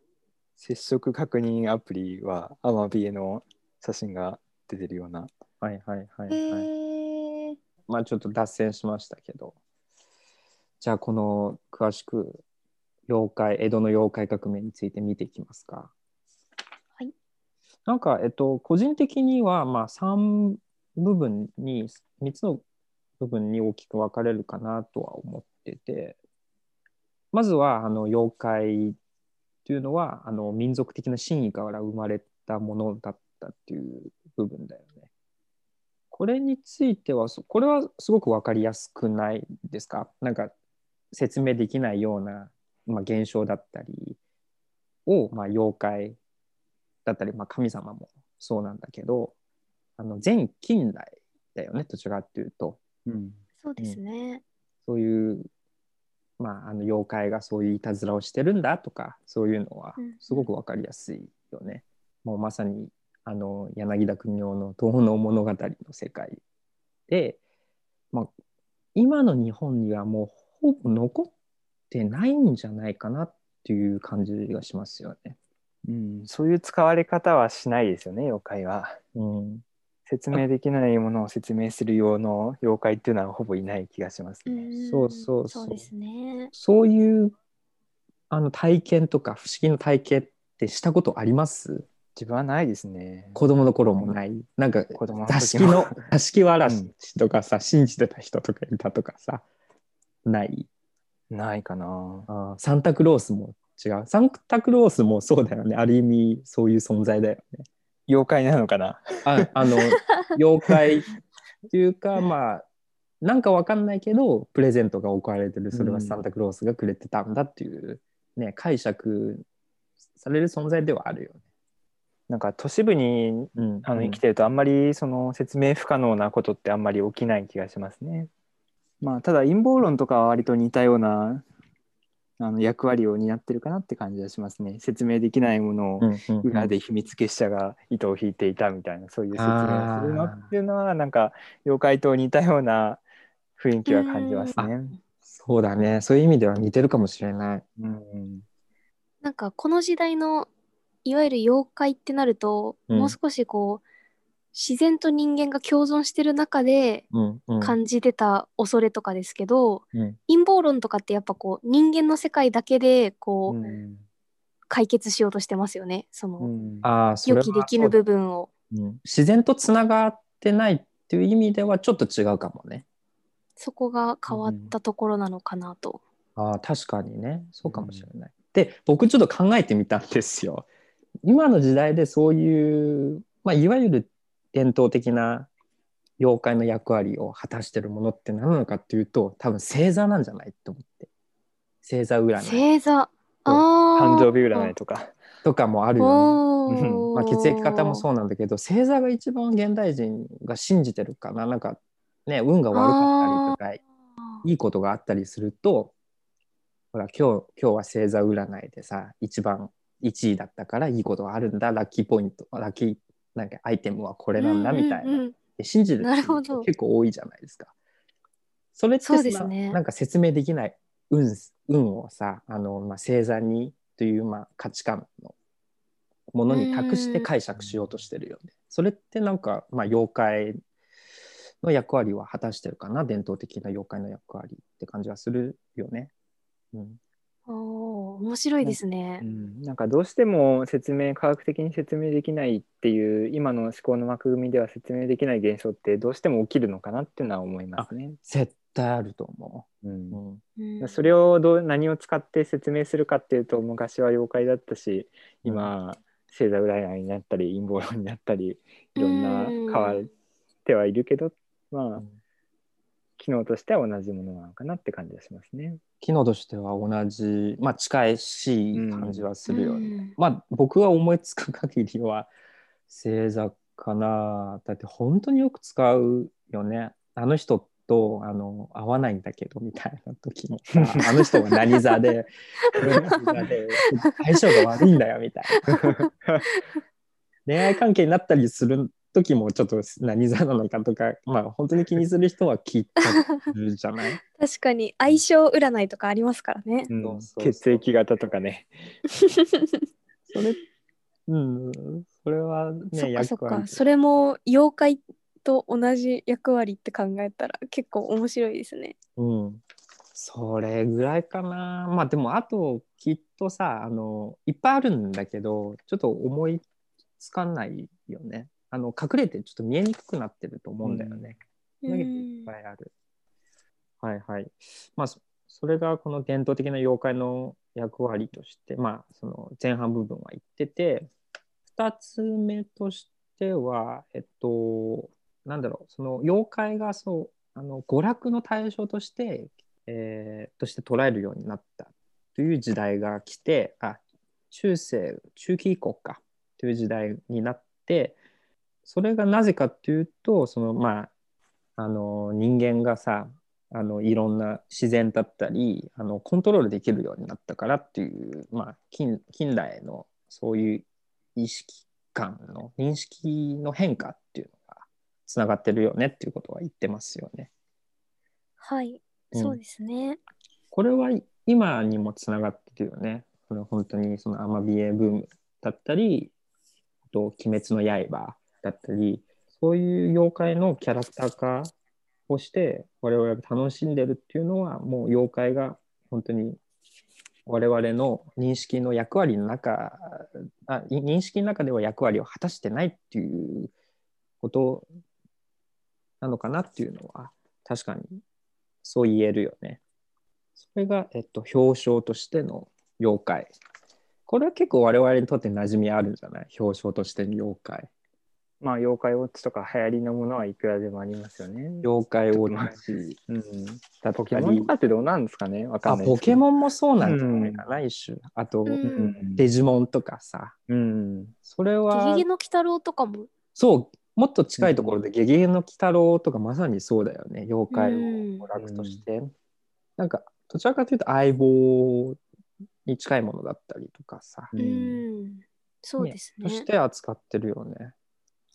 [SPEAKER 3] 接触確認アプリはアマビエの写真が出てるような。
[SPEAKER 2] はいはいはいはい。
[SPEAKER 4] へえ
[SPEAKER 2] まあちょっと脱線しましたけど。じゃあこの詳しく妖怪江戸の妖怪革命について見ていきますか。
[SPEAKER 4] はい。
[SPEAKER 2] なんかえっと個人的にはまあ3部分に3つの部分に大きく分かれるかなとは思っててまずはあの妖怪というのはあの民族的な真意から生まれたものだったっていう部分だよね。これについてはそこれはすごく分かりやすくないですかなんか説明できないような、まあ、現象だったりを、まあ、妖怪だったり、まあ、神様もそうなんだけどあの全近代だよねどちらかっていうと
[SPEAKER 3] うん、
[SPEAKER 4] そうですね、
[SPEAKER 2] そういう、まあ、あの妖怪がそういういたずらをしてるんだとかそういうのは
[SPEAKER 4] うん
[SPEAKER 2] すごく分かりやすいよね。もうまさにあの柳田国男の「東の物語」の世界で、まあ、今の日本にはもうほぼ残ってないんじゃないかなっていう感じがしますよね。
[SPEAKER 3] うん、そういう使われ方はしないですよね、妖怪は。
[SPEAKER 2] うん、
[SPEAKER 3] 説明できないものを説明する用の妖怪っていうのはほぼいない気がします
[SPEAKER 4] う
[SPEAKER 3] ね。
[SPEAKER 4] ん
[SPEAKER 2] そうそうそ
[SPEAKER 4] そううですね
[SPEAKER 2] そういうあの体験とか不思議の体験ってしたことあります
[SPEAKER 3] 自分はないですね。
[SPEAKER 2] 子供の頃もない。なんか
[SPEAKER 3] 子供の
[SPEAKER 2] 座
[SPEAKER 3] 時
[SPEAKER 2] 敷
[SPEAKER 3] も
[SPEAKER 2] の座敷わら
[SPEAKER 3] う
[SPEAKER 2] し
[SPEAKER 3] ん
[SPEAKER 2] とかさ、信じてた人とかいたとかさない
[SPEAKER 3] ないかな。
[SPEAKER 2] あーサンタクロースも違うサンタクロースもそうだよねある意味そういう存在だよね
[SPEAKER 3] 妖怪なのかな。
[SPEAKER 2] ああ の妖怪っていうかまあなんかわかんないけどプレゼントが置かれてるそれはサンタクロースがくれてたんだっていう、ね解釈される存在ではあるよね。
[SPEAKER 3] なんか都市部に
[SPEAKER 2] うん、
[SPEAKER 3] あの生きてるとあんまりその説明不可能なことってあんまり起きない気がしますね。まあただ陰謀論とかは割と似たようなあの役割を担ってるかなって感じがしますね。説明できないものを
[SPEAKER 2] うんうん
[SPEAKER 3] 裏で秘密結社が糸を引いていたみたいなそういう説明をするの
[SPEAKER 2] あー
[SPEAKER 3] っていうのはなんか妖怪と似たような雰囲気は感じますね。
[SPEAKER 2] そうだねそういう意味では似てるかもしれない。
[SPEAKER 3] うん
[SPEAKER 4] なんかこの時代のいわゆる妖怪ってなると、
[SPEAKER 2] うん
[SPEAKER 4] もう少しこう自然と人間が共存してる中で
[SPEAKER 2] うんうん
[SPEAKER 4] 感じてた恐れとかですけど、
[SPEAKER 2] うん
[SPEAKER 4] 陰謀論とかってやっぱこう人間の世界だけでこう、
[SPEAKER 3] うん
[SPEAKER 4] 解決しようとしてますよねその、
[SPEAKER 3] うん
[SPEAKER 2] ああそれ
[SPEAKER 4] 予
[SPEAKER 2] は
[SPEAKER 4] 期できぬ部分を
[SPEAKER 2] うん自然とつながってないっていう意味ではちょっと違うかもね。
[SPEAKER 4] そこが変わったところなのかなと、
[SPEAKER 2] ああ確かにねそうかもしれない。で僕ちょっと考えてみたんですよ。今の時代でそういう、まあ、いわゆる伝統的な妖怪の役割を果たしてるものって何なのかっていうと多分星座なんじゃないと思って星座占い
[SPEAKER 4] 星座ああ
[SPEAKER 3] 誕生日占いとか。
[SPEAKER 2] とかもあるよね。うん
[SPEAKER 4] お
[SPEAKER 2] まあ、
[SPEAKER 4] ー
[SPEAKER 2] 血液型もそうなんだけど星座が一番現代人が信じてるかななんかね運が悪かったりとかいいことがあったりするとほら今日今日は星座占いでさ一番1位だったからいいことがあるんだラッキーポイントラッキーなんかアイテムはこれなんだみた
[SPEAKER 4] う
[SPEAKER 2] いな、
[SPEAKER 4] んうんうん
[SPEAKER 2] で信じてる
[SPEAKER 4] なるほど
[SPEAKER 2] 人結構多いじゃないですか。それってさ
[SPEAKER 4] そうですね
[SPEAKER 2] なんか説明できない運運をさあの、まあ、星座にという、まあ、価値観のものに託して解釈しようとしてるよね。それってなんか、まあ、妖怪の役割は果たしてるかな伝統的な妖怪の役割って感じはするよね。うん
[SPEAKER 4] おー面白いですね
[SPEAKER 3] う。ん、なんかどうしても説明科学的に説明できないっていう今の思考の枠組みでは説明できない現象ってどうしても起きるのかなっていうのは思いますね。
[SPEAKER 2] 絶対あると思
[SPEAKER 3] う
[SPEAKER 2] う。
[SPEAKER 3] ん
[SPEAKER 2] うん
[SPEAKER 4] うん
[SPEAKER 3] それをどう何を使って説明するかっていうと昔は妖怪だったし今星座占いになったり陰謀論になったりいろんな変わってはいるけど、まあ機能としては同じものなのかなって感じがしますね。
[SPEAKER 2] 機能としては同じ、まあ、近しい感じはするよね。
[SPEAKER 4] うん
[SPEAKER 2] まあ僕は思いつく限りは星座かなだって本当によく使うよねあの人とあの合わないんだけどみたいな時も さあの人が何座で何座で相性が悪いんだよみたいな 恋愛関係になったりする時もちょっと何座なのかとかまあ本当に気にする人は聞いたりするじゃない
[SPEAKER 4] 確かに相性占いとかありますからね。
[SPEAKER 3] うん
[SPEAKER 2] そうそう
[SPEAKER 3] 血液型とかね。
[SPEAKER 2] それうんそれはね
[SPEAKER 4] そっかそっ
[SPEAKER 2] 役割
[SPEAKER 4] か。それも妖怪と同じ役割って考えたら結構面白いですね。
[SPEAKER 2] うん、それぐらいかなまあでもあときっとさあのいっぱいあるんだけどちょっと思いつかないよねあの隠れてちょっと見えにくくなってると思うんだよね、だけどいっぱいあるはいはいまあそそれがこの伝統的な妖怪の役割としてまあその前半部分は言ってて2つ目としてはえっとなんだろうその妖怪がそうあの娯楽の対象として、えーとして捉えるようになったという時代が来てあ中世中期以降かという時代になってそれがなぜかというとそのまああの人間がさあのいろんな自然だったりあのコントロールできるようになったからっていう、まあ、近近代のそういう意識感の認識の変化っていうのがつながってるよねっていうことは言ってますよね。
[SPEAKER 4] はい、
[SPEAKER 2] うん
[SPEAKER 4] そうですね。
[SPEAKER 2] これは今にもつながってるよね。これは本当にそのアマビエブームだったり、あと鬼滅の刃だったり、そういう妖怪のキャラクター化をして我々が楽しんでるっていうのはもう妖怪が本当に我々の認識の役割の中あい認識の中では役割を果たしてないっていうことなのかなっていうのは確かにそう言えるよね。それが、えっと、表彰としての妖怪。これは結構我々にとって馴染みあるんじゃない表彰としての妖怪。
[SPEAKER 3] まあ妖怪ウォッチとか流行りのものはいくらでもありますよね。
[SPEAKER 2] 妖怪をチ
[SPEAKER 3] うん、
[SPEAKER 2] だった
[SPEAKER 3] ポケモン
[SPEAKER 2] り
[SPEAKER 3] とかってどうなんですかねわか
[SPEAKER 2] あ
[SPEAKER 3] んない
[SPEAKER 2] ポケモンもそうなんじゃないかな、一種。あと、
[SPEAKER 4] うん
[SPEAKER 3] ンうん
[SPEAKER 2] デジモンとかさ。
[SPEAKER 3] うん、
[SPEAKER 2] それ
[SPEAKER 4] ゲゲ
[SPEAKER 2] は
[SPEAKER 4] ゲ、の鬼太郎とかも。
[SPEAKER 2] そう、もっと近いところで、ゲゲゲの鬼太郎とかまさにそうだよね。妖怪を
[SPEAKER 4] うん
[SPEAKER 2] 娯楽として。なんか、どちらかというと相棒に近いものだったりとかさ。
[SPEAKER 4] う
[SPEAKER 3] うん
[SPEAKER 4] ん、そうです
[SPEAKER 2] と
[SPEAKER 4] ね。
[SPEAKER 2] して扱ってるよね。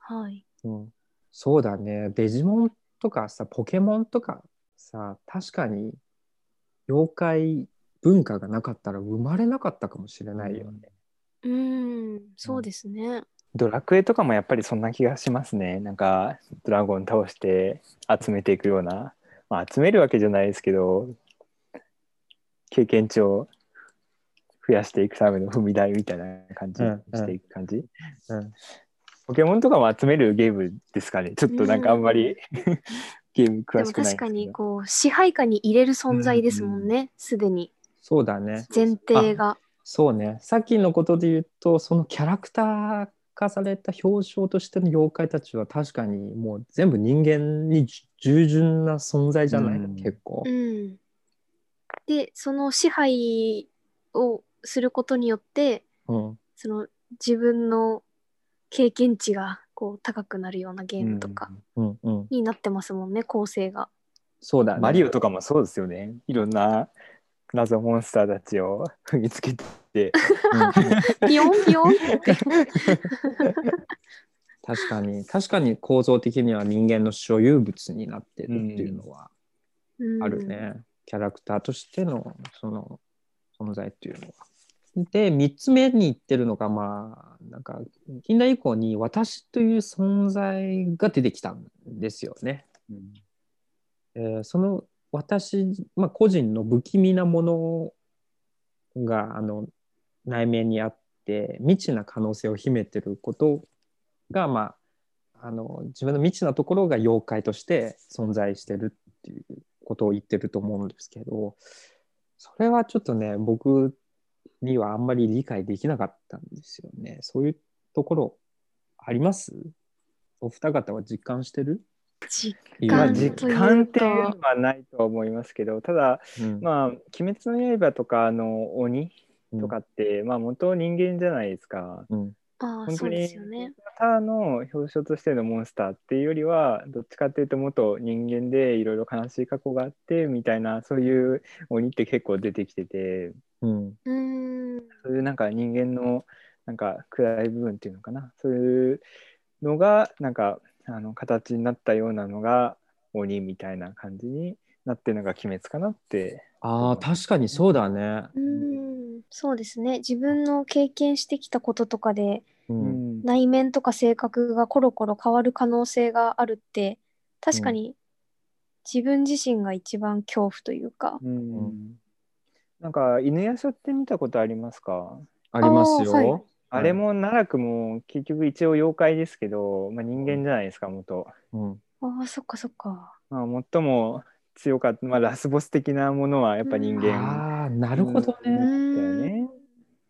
[SPEAKER 4] はい。
[SPEAKER 2] うん、そうだねデジモンとかさポケモンとかさ確かに妖怪文化がなかったら生まれなかったかもしれないよね。
[SPEAKER 4] うん、そうですね。
[SPEAKER 3] ドラクエとかもやっぱりそんな気がしますね。なんかドラゴン倒して集めていくような、まあ、集めるわけじゃないですけど経験値を増やしていくための踏み台みたいな感じ
[SPEAKER 2] うんうん
[SPEAKER 3] していく感じ、
[SPEAKER 2] うん
[SPEAKER 3] ポケモンとかも集めるゲームですかねちょっとなんかあんまり、 ゲーム
[SPEAKER 4] で
[SPEAKER 3] 詳
[SPEAKER 4] も
[SPEAKER 3] しく
[SPEAKER 4] 確
[SPEAKER 3] ないんで
[SPEAKER 4] か
[SPEAKER 3] すけ
[SPEAKER 4] に
[SPEAKER 3] ど
[SPEAKER 4] こう支配下に入れる存在ですもんね。すでに
[SPEAKER 2] そうだね
[SPEAKER 4] 前提が。
[SPEAKER 2] そうねさっきのことで言うとそのキャラクター化された表彰としての妖怪たちは確かにもう全部人間に従順な存在じゃない、
[SPEAKER 3] うん
[SPEAKER 2] 結構
[SPEAKER 4] う。ん、でその支配をすることによって
[SPEAKER 2] うん
[SPEAKER 4] その自分の経験値がこう高くなるようなゲームとか
[SPEAKER 2] うんうん、
[SPEAKER 4] になってますもんね、構成が。
[SPEAKER 2] そうだ、ね、
[SPEAKER 3] マリオとかもそうですよねいろんな謎モンスターたちを 踏みつけて
[SPEAKER 4] ピヨンピヨンって。
[SPEAKER 2] 確かに確かに構造的には人間の所有物になってるっていうのは
[SPEAKER 4] うん
[SPEAKER 2] あるね、。キャラクターとしてのその存在っていうのは。で3つ目に言ってるのがまあなんか近代以降に私という存在が出てきたんですよね。えーその私、まあ、個人の不気味なものがあの内面にあって未知な可能性を秘めてることが、まあ、あの自分の未知なところが妖怪として存在してるっていうことを言ってると思うんですけどそれはちょっとね僕にはあんまり理解できなかったんですよね。そういうところありますお二方は実感してる
[SPEAKER 4] 実
[SPEAKER 3] まあ
[SPEAKER 4] 感という
[SPEAKER 3] 実
[SPEAKER 4] か
[SPEAKER 3] 感っていうのはないとは思いますけどただ
[SPEAKER 2] うん
[SPEAKER 3] まあ「鬼滅の刃」とかあの鬼とかって、まあ元人間じゃないですか。
[SPEAKER 2] うん
[SPEAKER 4] ああ、
[SPEAKER 3] 本
[SPEAKER 4] そ
[SPEAKER 3] 当
[SPEAKER 4] うで
[SPEAKER 3] に
[SPEAKER 4] すよね。
[SPEAKER 3] ただの表彰としてのモンスターっていうよりはどっちかっていうと元人間でいろいろ悲しい過去があってみたいなそういう鬼って結構出てきてて
[SPEAKER 2] うん
[SPEAKER 4] うーん。
[SPEAKER 3] そういうなんか人間のなんか暗い部分っていうのかなそういうのがなんかあの形になったようなのが鬼みたいな感じになってるのが鬼滅かなって
[SPEAKER 2] ああ確かにそうだね。
[SPEAKER 4] うーんそうですね自分の経験してきたこととかで
[SPEAKER 2] うん
[SPEAKER 4] 内面とか性格がコロコロ変わる可能性があるって確かに自分自身が一番恐怖というか、
[SPEAKER 3] うん
[SPEAKER 2] う
[SPEAKER 3] なんか犬夜叉って見たことありますか
[SPEAKER 2] あります
[SPEAKER 4] あーはい
[SPEAKER 2] よ。
[SPEAKER 3] あれも奈落も結局一応妖怪ですけど、まあ、人間じゃないですか元、
[SPEAKER 2] うん
[SPEAKER 4] ああそっかそっか
[SPEAKER 3] まあ、最も強かった、まあ、ラスボス的なものはやっぱ人間
[SPEAKER 2] ああなるほど
[SPEAKER 3] だよ
[SPEAKER 2] ね。
[SPEAKER 3] ね。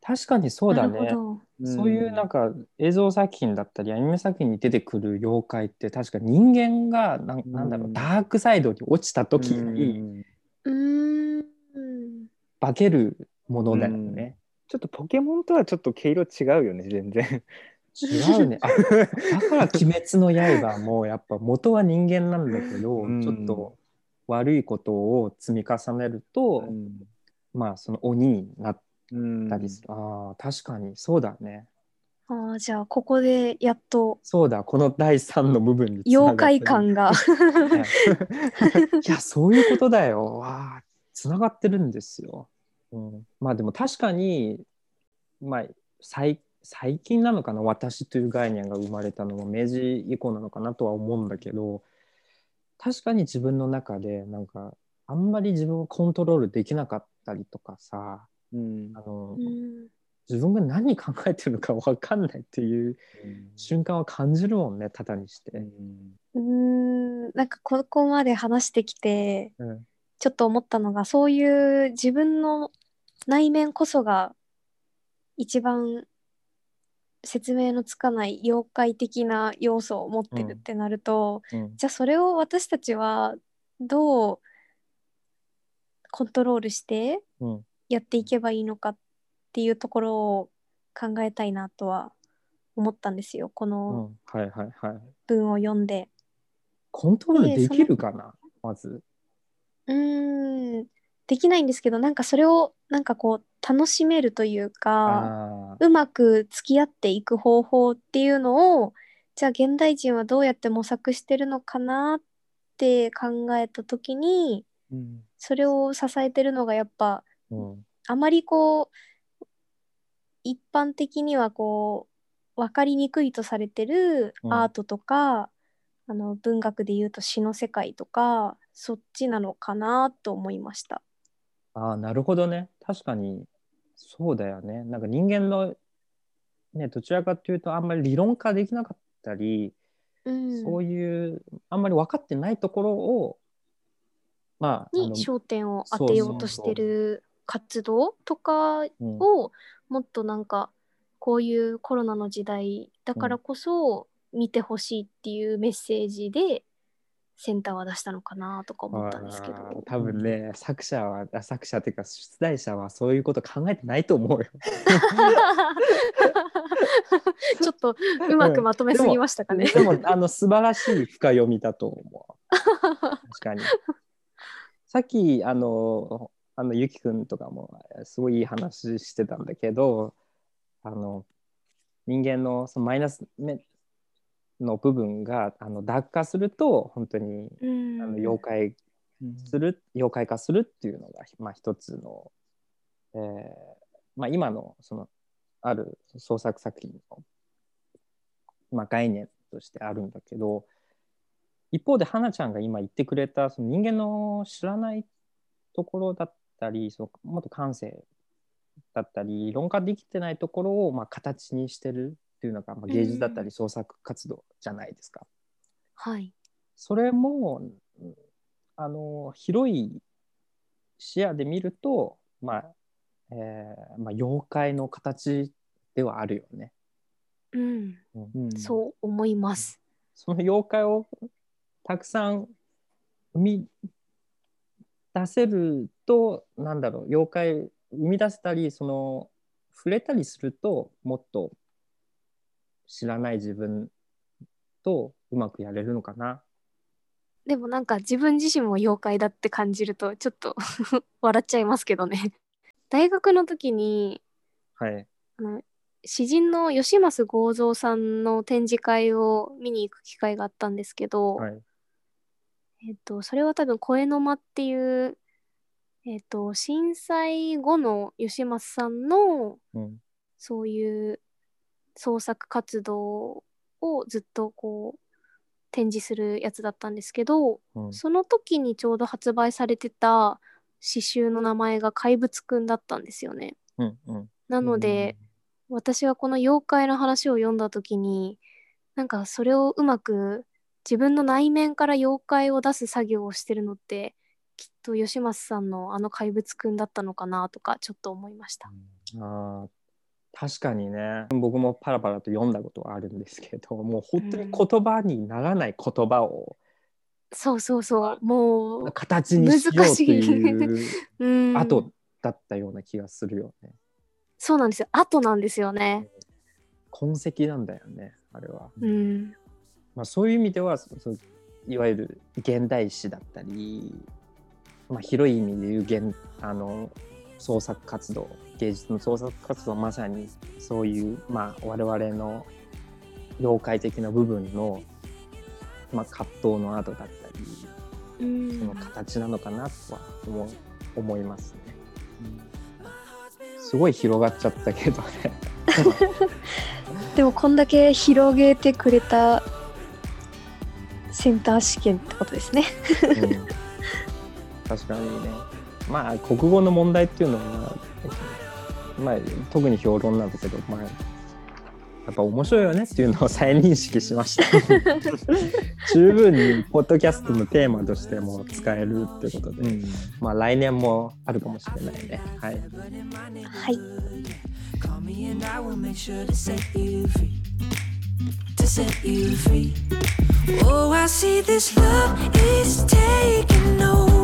[SPEAKER 2] 確かにそうだ
[SPEAKER 4] なる
[SPEAKER 2] ね。
[SPEAKER 4] ほ
[SPEAKER 3] ん
[SPEAKER 2] そういうなんか映像作品だったりアニメ作品に出てくる妖怪って確か人間がなん
[SPEAKER 3] うん
[SPEAKER 2] なんだろうダークサイドに落ちた時
[SPEAKER 3] う
[SPEAKER 2] に
[SPEAKER 3] ん
[SPEAKER 4] どうーん
[SPEAKER 2] 化けるものだよね。
[SPEAKER 3] ちょっとポケモンとはちょっと毛色違うよね全然
[SPEAKER 4] ん
[SPEAKER 2] 違う ね。あだから「鬼滅の刃」もやっぱ元は人間なんだけど
[SPEAKER 3] うん
[SPEAKER 2] ちょっと悪いことを積み重ねるとまあその鬼になっ
[SPEAKER 3] うん
[SPEAKER 2] たりする。ああ確かにそうだね。
[SPEAKER 4] ああじゃあここでやっと
[SPEAKER 2] そうだ、この第3の部分に繋が
[SPEAKER 4] 妖
[SPEAKER 2] っ
[SPEAKER 4] 怪
[SPEAKER 2] てる
[SPEAKER 4] 感 が
[SPEAKER 2] ねいや、そういうことだよ。わあ、つながってるんですよ。うん、まあでも確かに、まあ、最最近なのかな、私という概念が生まれたのも明治以降なのかなとは思うんだけど、確かに自分の中で、なんか、あんまり自分をコントロールできなかったりとかさ、
[SPEAKER 3] うん
[SPEAKER 2] あの
[SPEAKER 4] う、ん
[SPEAKER 2] 自分が何考えてるのか分かんないっていう瞬間は感じるもんね、ただにして。
[SPEAKER 3] うん
[SPEAKER 4] うーんなんかここまで話してきて、
[SPEAKER 2] うん
[SPEAKER 4] ちょっと思ったのがそういう自分の内面こそが一番説明のつかない妖怪的な要素を持ってるってなると、
[SPEAKER 2] うん
[SPEAKER 4] じゃあそれを私たちはどうコントロールして
[SPEAKER 2] うん
[SPEAKER 4] やっていけばいいのかっていうところを考えたいなとは思ったんですよこ
[SPEAKER 2] う
[SPEAKER 4] の
[SPEAKER 2] んはいはいはい。
[SPEAKER 4] 文を読んで。
[SPEAKER 2] コントロール
[SPEAKER 4] で
[SPEAKER 2] できるかな、まず。
[SPEAKER 4] うーんできないんですけどなんかそれをなんかこう楽しめるというか
[SPEAKER 2] あー
[SPEAKER 4] うまく付き合っていく方法っていうのをじゃあ現代人はどうやって模索してるのかなって考えた時に
[SPEAKER 3] うん
[SPEAKER 4] それを支えてるのがやっぱ
[SPEAKER 2] うん
[SPEAKER 4] あまりこう一般的にはこう分かりにくいとされてる
[SPEAKER 2] うん
[SPEAKER 4] アートとか、あの文学でいうと詩の世界とかそっちなのかなと思いました。
[SPEAKER 2] あーなるほどね。確かにそうだよね。なんか人間の、ね、どちらかというとあんまり理論化できなかったり、
[SPEAKER 4] うん、
[SPEAKER 2] そういうあんまり分かってないところをまああ
[SPEAKER 4] に
[SPEAKER 2] の
[SPEAKER 4] 焦点を当てようとしてる活動とか
[SPEAKER 2] うん
[SPEAKER 4] をもっとなんかこういうコロナの時代だからこそ見てほしいっていうメッセージでセンターは出したのかなとか思ったんですけ
[SPEAKER 2] あー
[SPEAKER 4] ど
[SPEAKER 2] 多分ね、作者はあ作者っていうか出題者はそういうこと考えてないと思うよ。
[SPEAKER 4] ちょっと うまくまとめすぎましたかね。
[SPEAKER 2] でもあの素晴らしい深読みだと思う。確かに。さっきあのあのゆきくんとかもすごいいい話してたんだけどあの人間のそのマイナス面の部分があの脱化すると本当に
[SPEAKER 4] うん
[SPEAKER 2] あの妖怪する、妖怪化するっていうのが、まあ、一つの、えーまあ、今のそのある創作作品の、まあ、概念としてあるんだけど一方で花ちゃんが今言ってくれたその人間の知らないところだったりそのもっと感性だったり論化できてないところをまあ形にしてるっていうのが、まあ、芸術だったり創作活動じゃないですか。
[SPEAKER 4] はい。
[SPEAKER 2] それもうんあの広い視野で見ると、まあえーまあ、妖怪の形ではあるよね。
[SPEAKER 4] うん、
[SPEAKER 3] うん
[SPEAKER 4] そう思います。
[SPEAKER 2] その妖怪をたくさん生み出せるとなんだろう妖怪生み出せたりその触れたりするともっと知らない自分とうまくやれるのかな。
[SPEAKER 4] でもなんか自分自身も妖怪だって感じるとちょっと 笑っちゃいますけどね。大学の時に
[SPEAKER 2] はい、
[SPEAKER 4] あの詩人の吉増剛三さんの展示会を見に行く機会があったんですけど、
[SPEAKER 2] はい
[SPEAKER 4] えっと、それは多分「声の間」っていう、えっと、震災後の吉松さんの
[SPEAKER 2] うん
[SPEAKER 4] そういう創作活動をずっとこう展示するやつだったんですけど
[SPEAKER 2] うん
[SPEAKER 4] その時にちょうど発売されてた詩集の名前が「怪物くん」だったんですよね。
[SPEAKER 2] うんうん
[SPEAKER 4] なので、私はこの妖怪の話を読んだ時になんかそれをうまく自分の内面から妖怪を出す作業をしてるのってきっと吉松さんのあの怪物くんだったのかなとかちょっと思いました。
[SPEAKER 2] あー確かにね僕もパラパラと読んだことはあるんですけどもう本当に言葉にならない言葉を
[SPEAKER 4] そうそうそうもう、
[SPEAKER 2] 形にしようという
[SPEAKER 4] うん、
[SPEAKER 2] 後だったような気がするよね。
[SPEAKER 4] そうなんですよ後なんですよね。
[SPEAKER 2] 痕跡なんだよねあれは、
[SPEAKER 4] うん、
[SPEAKER 2] まあ、そういう意味ではそそういわゆる現代史だったり、まあ、広い意味でいう現あの創作活動芸術の創作活動はまさにそういう、まあ、我々の妖怪的な部分の、まあ、葛藤の跡だったり
[SPEAKER 4] う
[SPEAKER 2] その
[SPEAKER 4] ん、
[SPEAKER 2] 形なのかなとは思う思いますね。すごい広がっちゃったけどね。
[SPEAKER 4] でもこんだけ広げてくれたセンター試験ってことですね。
[SPEAKER 2] うん確かにねまあ国語の問題っていうのは、まあ、特に評論なんだけど、まあ、やっぱ面白いよねっていうのを 再認識しました十分にポッドキャストのテーマとしても使えるっていうことで、
[SPEAKER 3] うん
[SPEAKER 2] まあ来年もあるかもしれないねはい
[SPEAKER 1] は
[SPEAKER 4] はいい。
[SPEAKER 1] Call me and I will make sure to set you free. To set you free. Oh, I see this love is taking over.